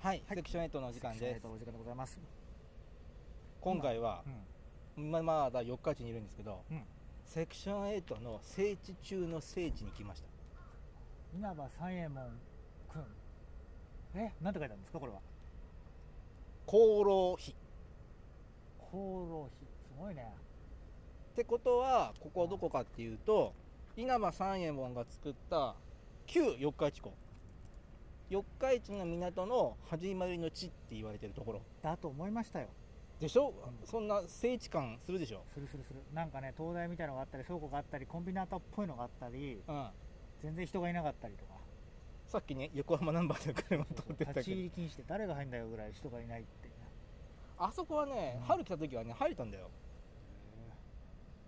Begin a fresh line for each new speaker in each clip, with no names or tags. はい、セクションエイトのお時間
セクションエ
で
イ
す
トのお時間でございます。
今回は
う、ん。
ままだ四日市にいるんですけど
うん。
セクションエイトの聖地中の聖地に来ました
稲葉三右衛門くん。え、なんて書いてあるんですか、これは。
功労碑っ
厚労費。すごいね。
てことはここはどこかっていうと稲葉三右衛門が作った旧四日市港四日市の港の始まりの地って言われてるところ
だと思いましたよ。
でしょ、
うん
そんな聖地感するでしょ
するするする。なんかね、灯台みたいのがあったり、倉庫があったり、コンビナートっぽいのがあったり、
うん
全然人がいなかったりとか。
さっきね横浜ナンバーで車通ってたけ
立ち入
ど
り禁止で誰が入んだよぐらい人がいないって。
あそこはね
うん
春来た時はね入れたんだよ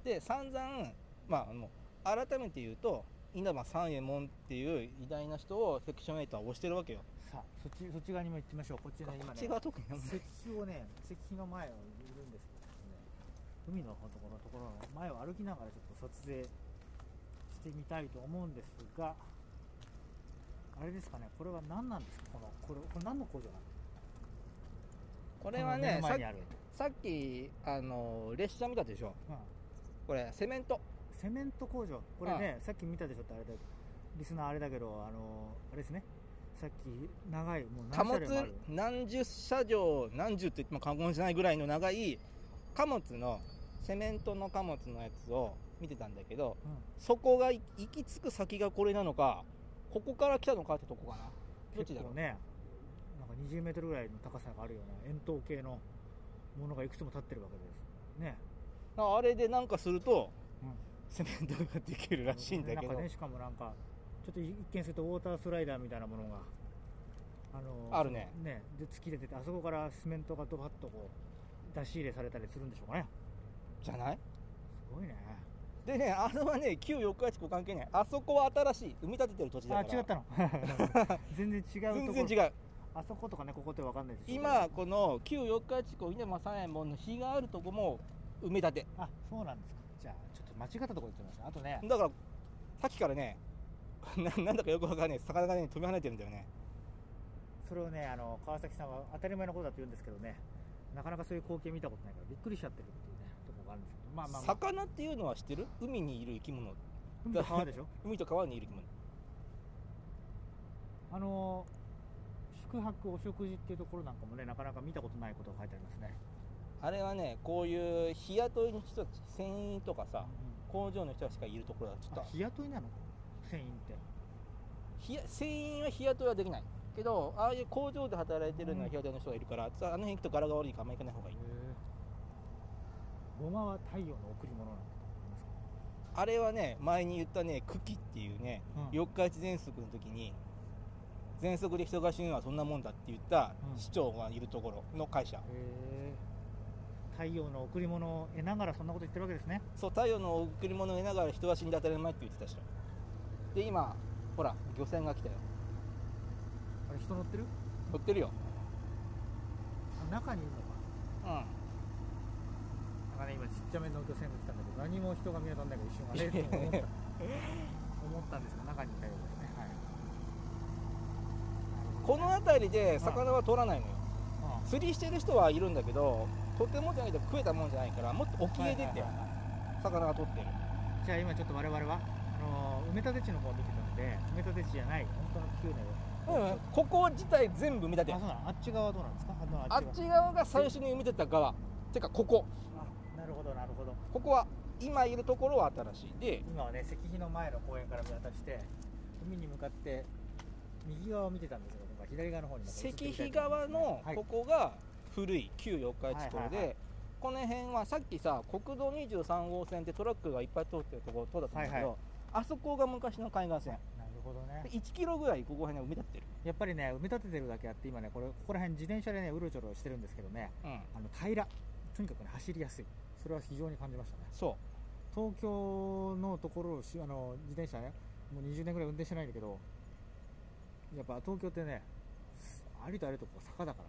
で散々まああの改めて言うと稲葉三右衛門っていう偉大な人をセクション8は推してるわけよ
さあ、そっち、そっち側にも行きましょう。こっち
こ
ね、今
っ
ね。
ちが特に
石碑をね石碑の前をいるんですけどね海の方ところのところの前を歩きながらちょっと撮影してみたいと思うんですがあれですかねこれは何なんですかこのこれこれ何の工場なの
これはねさ
この目の前にある、
さっきあの列車見たでしょ
うん、
これセメント
セメント工場これねさっき見たでしょってあれだリスナーあれだけどあのあれですねさっき長いもう
貨
何車
物
両もある
何十車両何十って言っても過言じゃないぐらいの長い貨物のセメントの貨物のやつを見てたんだけど
うん
そこが行き着く先がこれなのかここから来たのかってとこかなどっち
結
だろ
構
う
ねなんか20メートルぐらいの高さがあるような円筒形のものがいくつも立ってるわけですね
ああれでなんかすると
うん
セメントができるらしいんだけ
なん
ど
かねしかもなんかちょっと一見するとウォータースライダーみたいなものがあの
あるね
ねで突き出ててあそこからセメントがドバッとこう出し入れされたりするんでしょうかね
じゃない
すごいね
でねあれはね旧四日市港関係ないあそこは新しい生み立ててる土地
あ
だから
違ったの 全然違うところ
全
う
然違う
あそことかねここって分かんないでしょ
今この旧四日市港稲葉三右衛門の碑があるとこも埋め立て
あそうなんですかじゃあちょっと間違ったところ行ってみましたあとね
だからさっきからね ななんだかよくわかんない魚がね飛び跳ねてるんだよね
それをねあの川崎さんは当たり前のことだと言うんですけどねなかなかそういう光景見たことないからびっくりしちゃってるっていうねところがあるんですけどまあまあ、まあ、
魚っていうのは知ってる海にいる生き物
海と川でしょ
海と川にいる生き物
あの宿泊お食事っていうところなんかもねなかなか見たことないことが書いてありますね、
あれはねこういう日雇いの人たち船員とかさ工場の人たちがいるところだちょっ
あ
と
日雇いなの船員って
ひや船員は日雇いはできないけどああいう工場で働いてるのは日雇いの人がいるから、さあの辺行くと柄が悪いからあんま行かない方がいい
ごまは太陽の贈り物なんだと思います
あれはね前に言ったね九鬼っていうね、
うん
四日市喘息の時に喘息で人が死ぬのはそんなもんだって言った
うん
市長がいるところの会社、
へえ太陽の贈り物を得ながらそんなこと言ってるわけですね
そう太陽の贈り物を得ながら人は死んで当たり前って言ってた人で今ほら漁船が来たよ
あれ人乗ってる
乗ってるよ
あ中にいるのか
うん
なんかね今ちっちゃめの漁船が来たんだけど何も人が見当たんないから一瞬あ れと思った思ったんですが中にいたようですねはい
この辺りで魚は取らないのよ、
あ
釣りしてる人はいるんだけどとてもじゃないけど食えたもんじゃないからもっと沖へ出て魚が取ってる
じゃあ今ちょっと我々はあのー埋め立て地の方を見てたので埋め立て地じゃない本当の旧の
うん、ここ自体全部埋め立て
あそうなのあっち側はどうなんですかあの
あ
あ
っ
っ
ち
ち側
側が最初に埋めてた側てかここ
あなるほどなるほど
ここは今いるところは新しいで
今はね石碑の前の公園から見渡して海に向かって右側を見てたんですけど今左側の方にまた移
石
ってみた
碑
いと思
側
いますね
の
はい
ここが古い旧四日市
は
港
いはいは
でこの辺はさっきさ国道23号線ってトラックがいっぱい通ってるところ通ったんだけ
はいは
どあそこが昔の海岸
な
線
るほどね
で1キロぐらいここら辺は埋め立ててる
やっぱりね埋め立ててるだけあって今ねこれここら辺自転車でねうろちょろしてるんですけどね
うん
あの平らとにかくね走りやすいそれは非常に感じましたね
そ
東京のところをしあの自転車ねもう20年ぐらい運転してないんだけどやっぱ東京ってねすありとあるとこが坂だか
う
ら、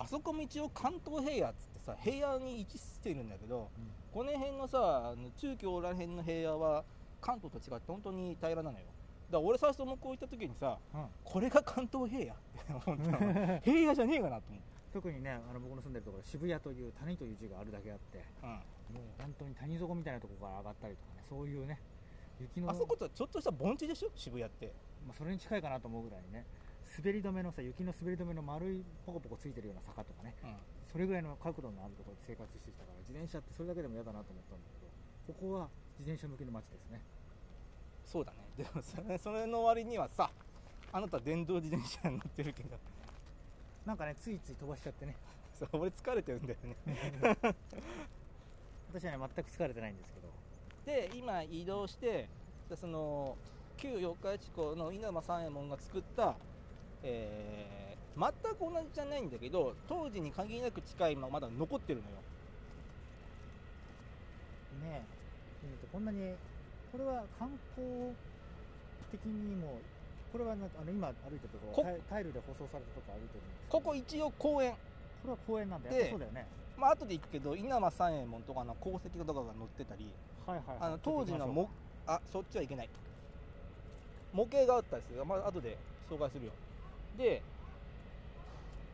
あそこも一応関東平野っつってさ平野に位置してるんだけど
うん
この辺のさあの中京ら辺の平野は関東と違って本当に平らなのよだから俺最初向こう行った時にさ
うん
これが関東平野って思った の平野じゃねえかなと思
特にねあの僕の住んでるところ渋谷という谷という字があるだけあって
う、
もう本当に谷底みたいなところから上がったりとかねそういうね雪
うん、
の
あそこってちょっとした盆地でしょ渋谷って
まあ、それに近いかなと思うぐらいね滑り止めのさ雪の滑り止めの丸いポコポコついてるような坂とかね
うん
それぐらいの角度のあるところで生活してきたから自転車ってそれだけでも嫌だなと思ったんだけどここは自転車向けの街ですね
そうだねでもそれそれの割にはさあなた電動自転車に乗ってるけど
なんかねついつい飛ばしちゃってね
そう俺疲れてるんだよね
私はね全く疲れてないんですけど
で今移動してでその旧四日市港の稲葉三右衛門が作った、えー全く同じじゃないんだけど当時に限りなく近いままだ残ってるのよ
ねえ見るとこんなにこれは観光的にもこれはなんかあの今歩いてると
こ
ころタイタイルで舗装されたところ歩いてるんですけど
ここ一応公園
これは公園なんだ
で
よそうだよね
まあ後で行くけど稲葉三右衛門とかの功績とかが載ってたり
はいはい、はい、
あの当時の
ちょっと行きましょう
もあそっちはいけない模型があったりするまあ後で紹介するよで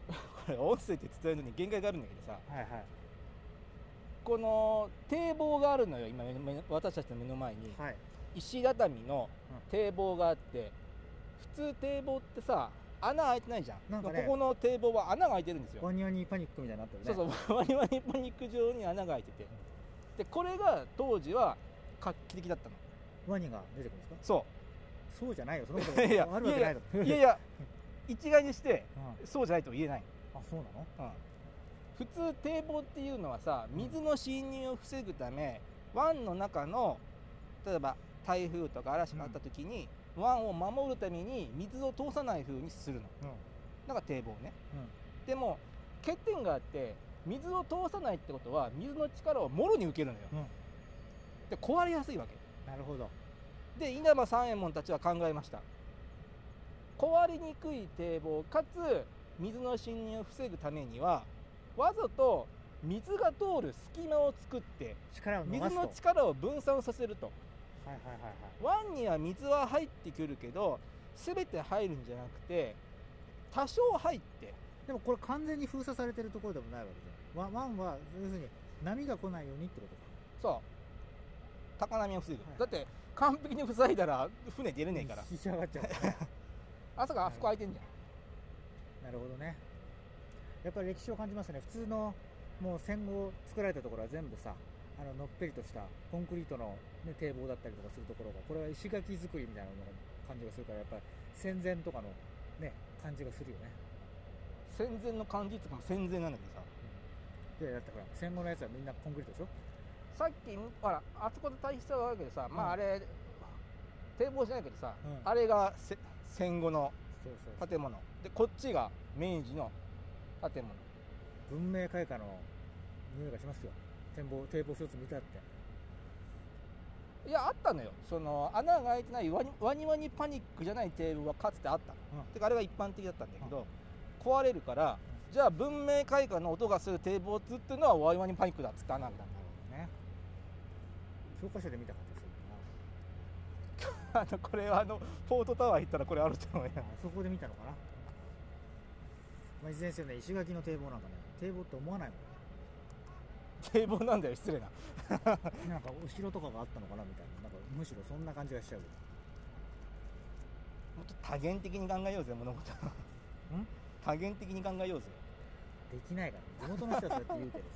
これ音声って伝えるのに限界があるんだけどさ
はいはい
この堤防があるのよ今目の目の私たちの目の前に
はい
石畳の
う
堤防があって普通堤防ってさ穴開いてないじゃん
なんかね
ここの堤防は穴が開いてるんですよ、
ワニワニパニックみたいになってるね
そうそうワニワニパニック状に穴が開いててでこれが当時は画期的だったの
ワニが出てくるんですか
そ
そうじゃないよそのこ
いや
とあるわけないだろ
ういやい
うん
や一概にして
あ
そうじゃないとは言えない、
そうなの
うん普通堤防っていうのはさ水の侵入を防ぐため湾の中の例えば台風とか嵐があった時に、湾を守るために水を通さない風にするのだから堤防ねでも欠点があって水を通さないってことは水の力をもろに受けるのよ、
うん
で壊れやすいわけ
なるほど
で稲葉三右衛門たちは考えました壊れにくい堤防かつ水の侵入を防ぐためにはわざと水が通る隙間を作って
力を逃
水
すと
の力を分散させると
はいはいはいはい
湾には水は入ってくるけど全て入るんじゃなくて多少入って
でもこれ完全に封鎖されてるところでもないわけじゃんワンは要するに波が来ないようにってことか
そう高波を防ぐ、
はい
だって完璧に塞いだら船出れねえから
引き上がっ ちゃうからね
あそこあそこ空いてんじゃん
なるほどねやっぱり歴史を感じますね普通のもう戦後作られたところは全部さあののっぺりとしたコンクリートの、ね、堤防だったりとかするところがこれは石垣作りみたいなのの感じがするからやっぱり戦前とかのね感じがするよね
戦前の感じっていうか戦前なんだけどさ
でだってほら戦後のやつはみんなコンクリートでしょ
さっきほらあそこで対比したわけでさ、まああ
う
れ堤防じゃないけどさ、
うん
あれがせ戦後の
そうそう
建物でこっちが明治の建物
文明開化の匂いがしますよ展望堤防一つ見たって
いやあったのよその穴が開いてないワニワニワニパニックじゃない堤防はかつてあったの、
うん
てかあれが一般的だったんだけど、壊れるからじゃあ文明開化の音がする堤防っつってのはワニワニパニックだっつって穴開けたんだ
なるほどね教科書で見た感じする な
あのこれはあのポートタワー行ったらこれあると思うよ
あそこで見たのかな、まあ、いずれにせよね石垣の堤防なんかね堤防って思わないも
堤防なんだよ失礼なん
なんかお城とかがあったのかなみたいななんかむしろそんな感じがしちゃう
もっと多元的に考えようぜ物事は
ん
多元的に考えようぜ
できないからね地元の人はそうやって言うけどさ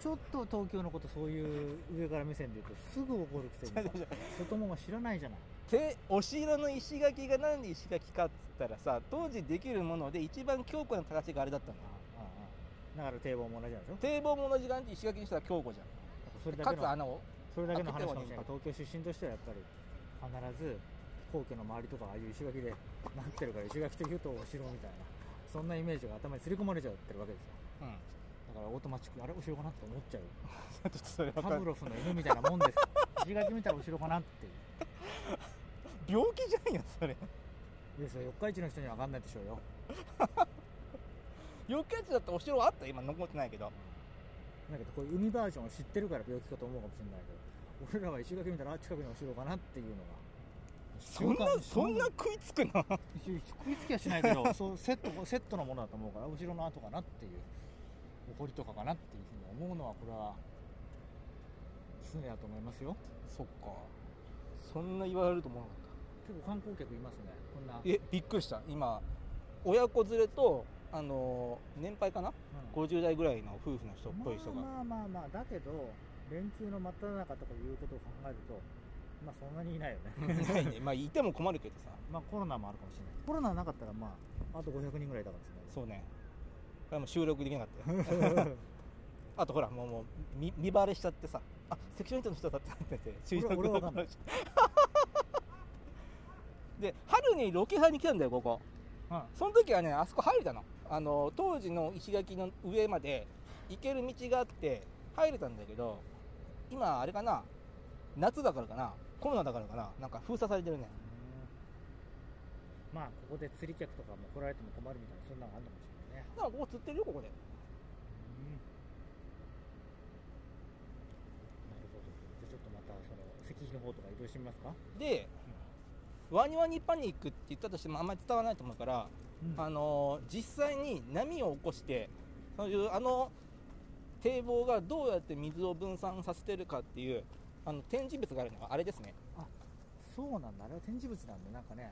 ちょっと東京のことそういう上から目線で言うとすぐ怒るくせ にさ外もが知らないじゃない
てお城の石垣がなんで石垣かっつったらさ当時できるもので一番強固な形があれだったんだよ
あああだから堤防も同じなんでしょ
堤防も同じ感じ石垣にしたら強固じ
それ
ゃん
だ
か
け
つ
の
穴を
それだけの話かもしれ
開けて
な
はい
い東京出身としてはやっぱり必ず皇居の周りとかああいう石垣でなってるから石垣というとお城みたいなそんなイメージが頭にすり込まれちゃってるわけですよ
うん
だからオートマチックあれお城かなって思っちゃう
ちょっとそれわ
パ
かん
ブ
ない
ロフの犬みたいなもんですよ石垣見たらお城かなっていう
病気じゃんやそれ
いやそれ四日市の人には分かんないでしょうよ
四日市だったらお城あった今残ってないけど
だけどこういう海バージョンを知ってるから病気かと思うかもしれないけど俺らは石垣見たらあ近くにお城かなっていうのが
そんなそんな食いつくな
食いつきはしないけど そうセットセットのものだと思うから後ろの跡かなっていう埃とかかなっていうふうに思うのはこれは常だと思いますよ
そっかそんな言われると思わなかった
結構観光客いますねこんな、
えびっくりした今親子連れとあのー年配かな
うん
50代ぐらいの夫婦の人っぽい人が、
まあまあまあまあだけど連休の真っ只中とかいうことを考えるとまあそんなにいないよ ね
いないねまあ いても困るけどさ
まあコロナもあるかもしれないコロナなかったらまああと500人ぐらいいたかもしれ
そうねこれもう収録できなかった よ
ない
あとほらもうもう見見バレしちゃってさあセクションイトの人だってなってて収録
俺は
の
わかんない
で春にロケハンに来たんだよここ
うん
その時はねあそこ入れたのあの当時の石垣の上まで行ける道があって入れたんだけど今あれかな夏だからかなコロナだからかななんか封鎖されてるね
まあここで釣り客とかも来られても困るみたいなそんなのがあるのかもしれないね
だからここ釣ってるよここで
なるほどじゃあちょっとまたその石碑の方とか移動してみますか、
でワニワニパニックって言ったとしてもあんまり伝わらないと思うから、あ
あ
のー実際に波を起こしてそういうあの堤防がどうやって水を分散させてるかっていうあの展示物があるのがあれですね
そうなんだあれは展示物なんでなんかね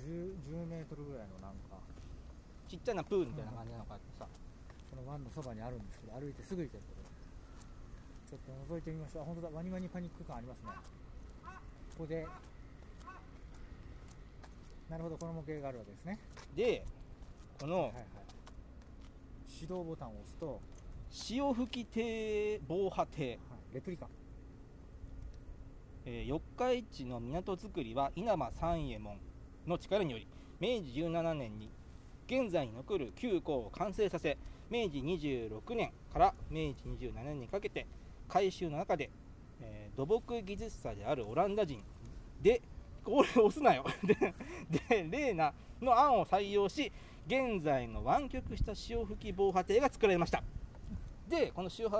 10, 10メートルぐらいのなんか
ちっちゃなプールみたいな感じなのかってさ、
この湾のそばにあるんですけど歩いてすぐ行けるところちょっと覗いてみましょうあ本当だワニワニパニック感ありますねここでなるほどこの模型があるわけですね
でこ
は
の
いはい指導ボタンを押すと、
潮吹き堤防波堤、
レプリカ
えー四日市の港づくりは稲葉三右衛門の力により明治17年に現在に残る旧校を完成させ明治26年から明治27年にかけて改修の中で、えー土木技術者であるオランダ人で俺押すなよ ででレーナの案を採用し現在の湾曲した潮吹き防波堤が作られましたでこの潮波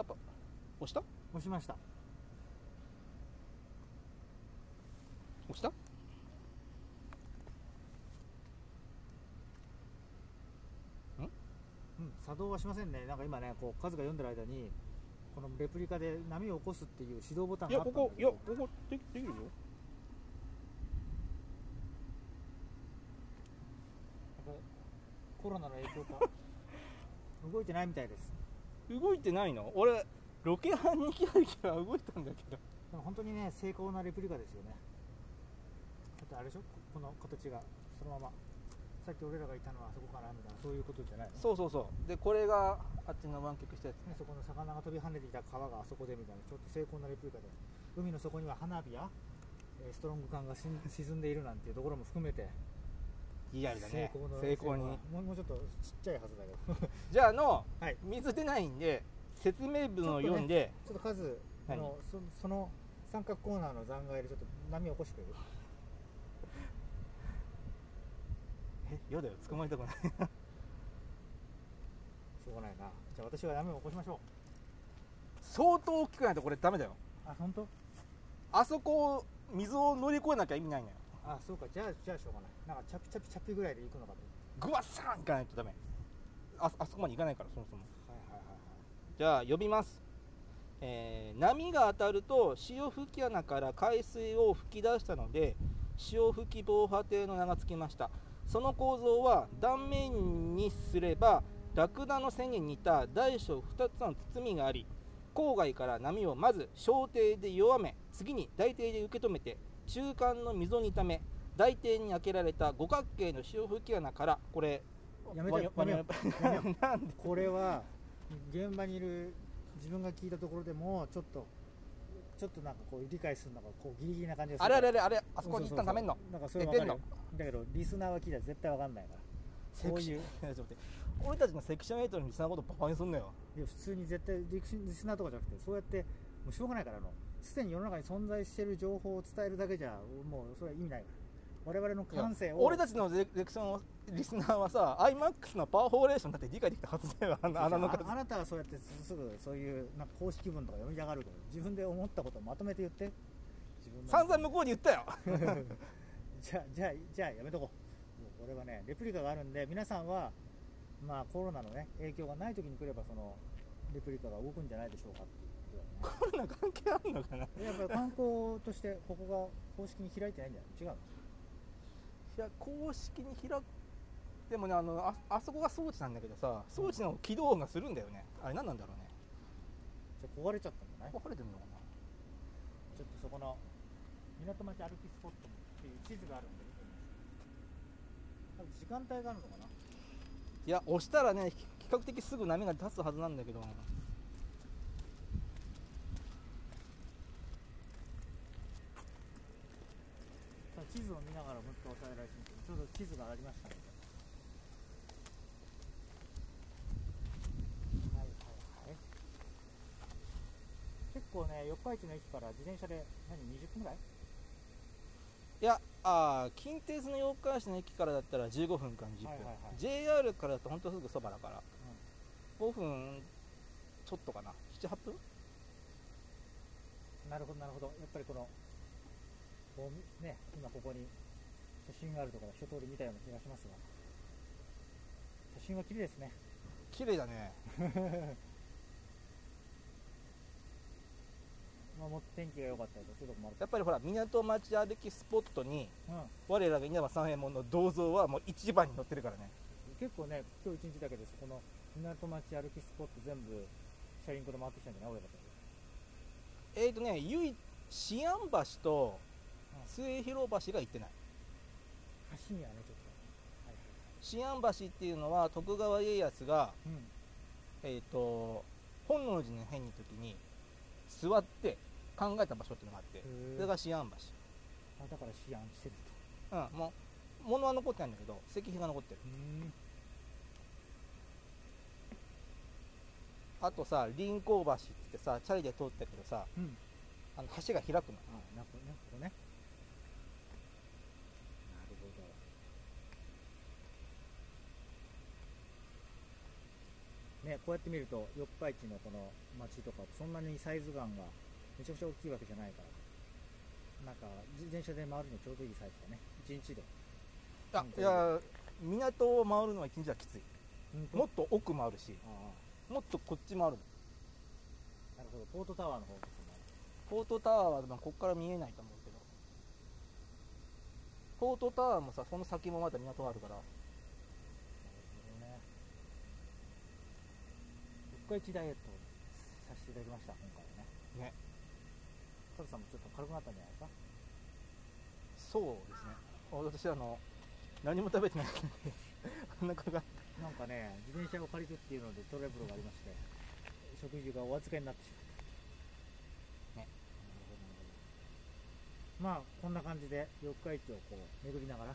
押した
押しました
押した
うん作動はしませんねなんか今ねこう数が読んでる間にこのレプリカで波を起こすっていう指導ボタン
い
が
や
あった
こ
んだ
こい
け
や
ど
ここできできるよ
なんかコロナの影響か 動いてないみたいです
動いてないの俺ロケハンに来た時は動いたんだけど
でも本当にね精巧なレプリカですよねだってあれでしょこの形がそのままさっき俺らがいたのはあそこかなみたいなそういうことじゃないの
そうそうそうでこれがあっちの湾曲したやつ
ねそこの魚が飛び跳ねていた川があそこでみたいなちょっと精巧なレプリカで海の底には花火やえーストロング缶がしん 沈んでいるなんていうところも含めて
リアルだね
の
成功に
もうもうちょっとちっちゃいはずだけど ち
じゃああの、
はい
水出ないんで説明文を読んで、
ょっと数あのそその三角コーナーの残骸でちょっと波を起こしてくれる
えやだよ捕まえたくない
しょうがないなじゃあ私は波を起こしましょ
相当大きくないとこれダメだよ
うあ本当
あそこを水を乗り越えなきゃ意味ないのよ
あそうかじゃあじゃあしょうがないなんかチャピチャピチャピぐらいで行くのかと
グワッサン行かないとダメああそこまで行かないからそもそも
はいはいはいはい
じゃあ呼びます、えー波が当たると潮吹き穴から海水を吹き出したので潮吹き防波堤の名が付きましたその構造は断面にすればラクダの背に似た大小2つの包みがあり郊外から波をまず小艇で弱め次に大艇で受け止めて中間の溝にため大艇に開けられた五角形の潮吹き穴からこれ
やめて
わわ
やめよ
わ
やめ
なんで
これは現場にいる自分が聞いたところでもちょっとちょっとなんかこう理解するのがこうギリギリな感じがする
あれあれあれあれあそこに一旦
た
ためんの
なんかそれ分かる
寝
よだけどリスナーは聞いたら絶対分かんないから
セクション ちょっと待って俺たちのセクションエイトのリスナーのことバカにすんなよ
いや普通に絶対リクシリスナーとかじゃなくてそうやってもうしょうがないからあのすでに世の中に存在している情報を伝えるだけじゃもうそれは意味ないから我々の感性を
俺たちのセクションをリスナーはさ iMAX のパワーフォーレーションだって理解できたはずだよあの
あ
穴の数
あなたはそうやってすすぐそういうなんか公式文とか読みたがるけど自分で思ったことをまとめて言って自分
散々向こうに言ったよ
じゃあじゃあじゃあやめとこうもうこれはねレプリカがあるんで皆さんはまあコロナのね影響がない時に来ればそのレプリカが動くんじゃないでしょうかっていうこと
コロナ関係あんのかな
だよねやっぱり観光としてここが公式に開いてないんじゃない違うの
いや公式に開くでもねあのああそこが装置なんだけどさ装置の起動音がするんだよねあれ何なんだろうね
じゃあ壊れちゃったんじゃないちょっ
分かれてるのかな
とそこの港町歩きスポットっていう地図があるんで見てみます多分時間帯があるのかない
や押したらねひ比較的すぐ波が立つはずなんだけど
さあ地図を見ながらもう一回押さえられてみてちょうど地図がありましたのではいはいはい結構ね四日市の駅から自転車で何20分ぐらい
いやあー近鉄の八日市の駅からだったら15分から10分、
はいはいはい
JR からだと本当すぐそばだから、5分ちょっとかな78分
なるほどなるほどやっぱりこのこうね今ここに写真があるところ一通り見たような気がしますが写真は綺麗ですね
綺麗だね
まあもっと天気が良かったりとかそういうとこもある
やっぱりほら港町歩きスポットに
うん
我らが稲葉三右衛門の銅像はもう一番に載ってるからね
結構ね、今日一日だけです、この港町歩きスポット全部、車輪車で回ってきたんじゃない俺だけ。
えーとね唯一思案橋と
うん
末広橋が行ってない
橋にはね、ちょっと。はいはい
思案橋っていうのは徳川家康が
はい。
えーと本能寺の変の時に座って考えた場所っていうのがあって
うん。
それが
だか
思案
ら、あだから思案してると。
橋うんもう物は残ってないんだけど石碑が残ってる
うん。
あとさ臨港橋って言ってさチャリで通ったけどさ
うん。
あの橋が開くの
あ、なんかね、ここね。なるほど。ね、こうやって見ると、四日市のこの町とか、そんなにサイズ感がめちゃくちゃ大きいわけじゃないから、なんか自転車で回るにはちょうどいいサイズだね、一日で。
あ
うん
いや港を回るのは一日はきついもっと奥回るし
あ
もっとこっち回る
あ、なるほど、ポートタワーの方ですね。
ポートタワーはまあこっから見えないと思うけどポートタワーもさその先もまだ港があるから
なるほどね。四日市ダイエットをさせていただきました、今回はね。
ね。
佐藤さんもちょっと軽くなったんじゃないです
そ
か
うですねあ私あの何も食べてないんでお腹が
なんかね、自転車を借りるっていうのでトラブルがありまして、食事がお預けになってしまった。
ね
なるほどなるほど。まあ、こんな感じで、四日市をこう、巡りながら、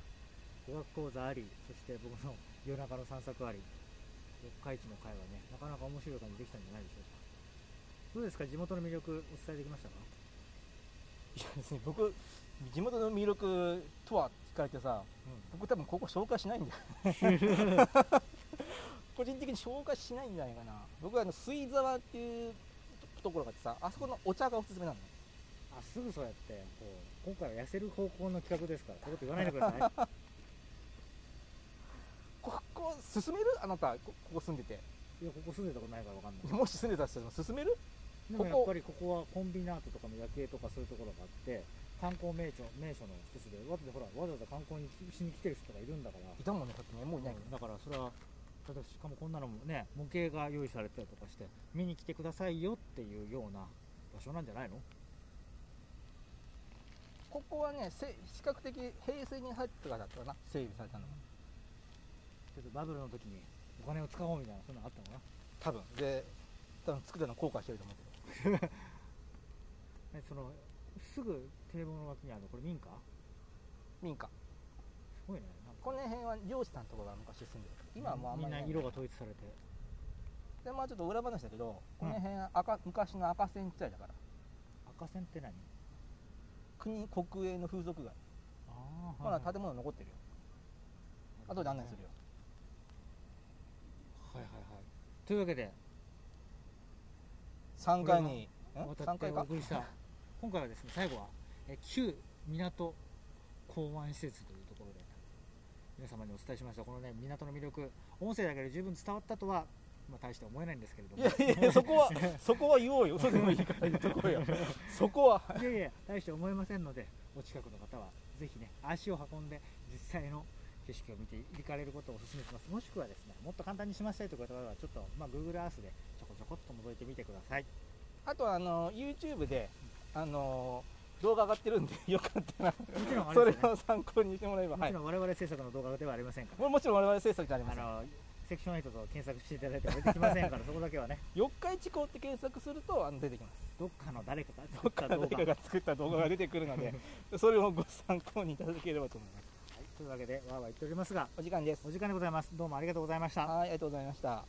語学講座あり、そして僕の夜中の散策あり、四日市の会はね、なかなか面白い感じできたんじゃないでしょうか。どうですか、地元の魅力、お伝えできましたか
いやですね僕地元の魅力とは聞かれてさ僕多分ここ紹介しないんだよ個人的に紹介しないんじゃないかな僕はあの水沢っていうところがあってさあそこのお茶がおすすめなの
あ、すぐそうやって、こう、今回は痩せる方向の企画ですから、そういうこと言わないでください。
ここ進めるあなたこここ住んでて
いや、ここ住んでたことないからわかんない。
もし住んでた人でも進める
でも
こ
や
こ
っぱりここはコンビナートとかの夜景とかそういうところがあって観光名所名所の一つでわざほらわざわざ観光にしに来てる人がいるんだから
いたもんねさっきねもういないけど
だからそれはだってしかもこんなのもね模型が用意されてたりとかして見に来てくださいよっていうような場所なんじゃないの
ここはねせ比較的平成に入ってからだったかな整備されたのが
ちょっとバブルの時にお金を使おうみたいなそんなのあったのか
多分で多分作ったの後悔してると思うけど
なでそのすぐ堤防の脇にあるのこれ民家
民家
すごいねなんか
この辺は漁師さんとかが昔住んでる今はもうあんまりい
みんない色が統一されて
でまあちょっと裏話だけどこ
うん
の辺赤、昔の赤線地帯だから
赤線って何
国国営の風俗街
あ
まだ建物残ってるよ後で案内するよ
はいはいはい。というわけで、
3階にん
渡
3
って
階
お
か
送りした、今回はですね、最後は、え旧港港湾施設というところで皆様にお伝えしましたこのね港の魅力音声だけで十分伝わったとは、まあ、大して思えないんですけれど
い
も
やいやいやそこはそこは言おうよそれでもいいから言っとこう よそこはい
やいや大して思えませんのでお近くの方はぜひね足を運んで実際の景色を見て行かれることをお勧めしますもしくはですねもっと簡単にしましたいという方はちょっと、まあ、Google Earth でちょこちょこっと覗いてみてください
あとあの YouTube であの動画上がってるんでよかったら
もちろんあれ
そ
で
れ
すよね
を参考にしてもらえば
も
は
ち
い
ろん我々制作の動画ではありませんから
ももちろん我々制作じゃありま
あ
せん
のセクション8と検索していただいても出てきませんから そこだけはね
四日市港って検索するとあの出てきます
どっかの誰かが 撮
ど
っ
ったか
動
誰
画、
かが作った動画が出てくるの でそれをご参考にいただければと思います
はいというわけでわーわー言っておりますが
お時間です
お時間でございますどうもありがとうございました
はいありがとうございました